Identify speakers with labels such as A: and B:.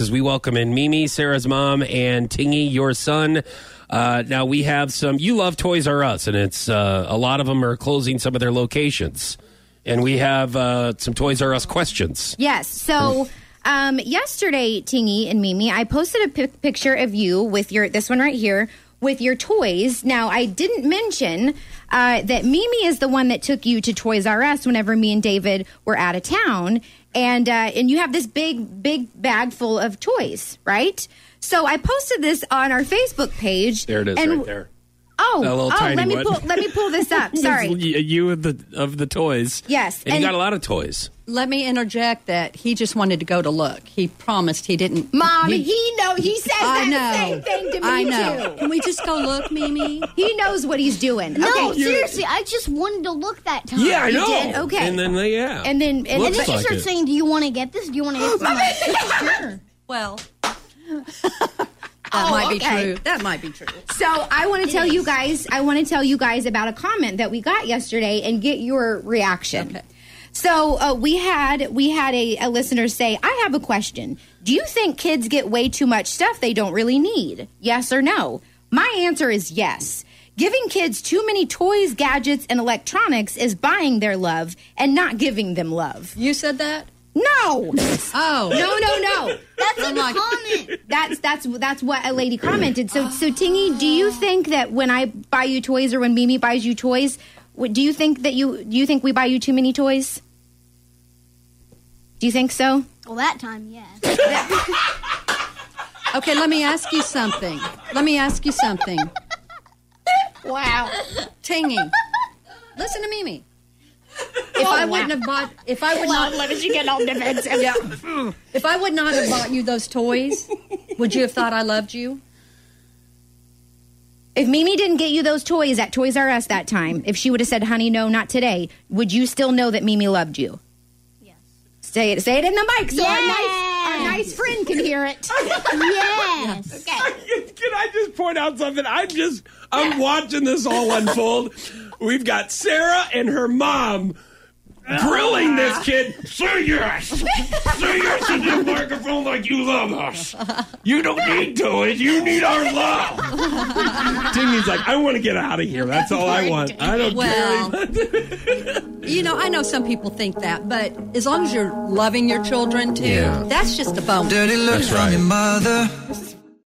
A: As we welcome in Mimi, Sarah's mom, and Tingy, your son. Uh, now we have some. You love Toys R Us, and it's uh, a lot of them are closing some of their locations, and we have uh, some Toys R Us questions.
B: Yes. So um, yesterday, Tingy and Mimi, I posted a pic- picture of you with your this one right here with your toys. Now, I didn't mention uh, that Mimi is the one that took you to Toys R Us whenever me and David were out of town, and uh, and you have this big big bag full of toys, right? So I posted this on our Facebook page.
A: There it is,
B: and-
A: right there.
B: Oh,
A: That little
B: oh,
A: tiny
B: let me
A: one.
B: pull let me pull this up. Sorry.
A: you of the of the toys.
B: Yes,
A: and,
B: and-
A: you got a lot of toys.
C: Let me interject that he just wanted to go to look. He promised he didn't.
B: Mom, he know he says that
C: I know.
B: same thing to me
C: I know.
B: too.
C: Can we just go look, Mimi?
B: He knows what he's doing.
D: No,
B: okay.
D: seriously, I just wanted to look that time.
A: Yeah, I
B: You
A: know.
B: did? Okay.
A: and then they, yeah,
B: And then- and
A: Looks
D: And then
A: like
D: she starts
A: it.
D: saying, "Do you want to get this? Do you want to get this?" I'm like, sure.
C: Well, that might be
B: Oh, okay.
C: true. That might be true.
B: So I want to tell you guys. I want to tell you guys about a comment that we got yesterday and get your reaction. So uh, we had we had a, a listener say, "I have a question. Do you think kids get way too much stuff they don't really need? Yes or no?" My answer is yes. Giving kids too many toys, gadgets, and electronics is buying their love and not giving them love.
C: You said that?
B: No,
C: Oh.
B: no, no, no.
D: That's a
C: I'm like-
D: comment.
B: That's that's that's what a lady commented. So so Tingy, do you think that when I buy you toys or when Mimi buys you toys, what- do you think that you do you think we buy you too many toys? Do you think so?
D: Well, that time, yeah.
C: Okay, let me ask you something. Let me ask you something.
B: Wow.
C: Tingy. Listen to Mimi.
D: Oh,
C: If I wouldn't have bought, if I would not,
B: Why did you get all defensive?
C: yeah, if I would not have bought you those toys, would you have thought I loved you?
B: If Mimi didn't get you those toys at Toys R Us that time, if she would have said, "Honey, no, not today," would you still know that Mimi loved you?
D: Yes.
B: Say it. Say it in the mic so our nice,
D: Yes.
B: our nice friend can hear it.
D: Yes. Okay.
E: Can I just point out something? I'm just I'm watching this all unfold. We've got Sarah and her mom grilling this kid. Say yes. Say yes to the microphone like you love us. You don't need toys. You need our love. Timmy's like, I want to get out of here. That's all I want. I don't care.
C: Well, you know, I know some people think that, but as long as you're loving your children too,
A: Yeah.
C: that's just a bonus.
F: Dirty looks
A: right.
F: from your mother.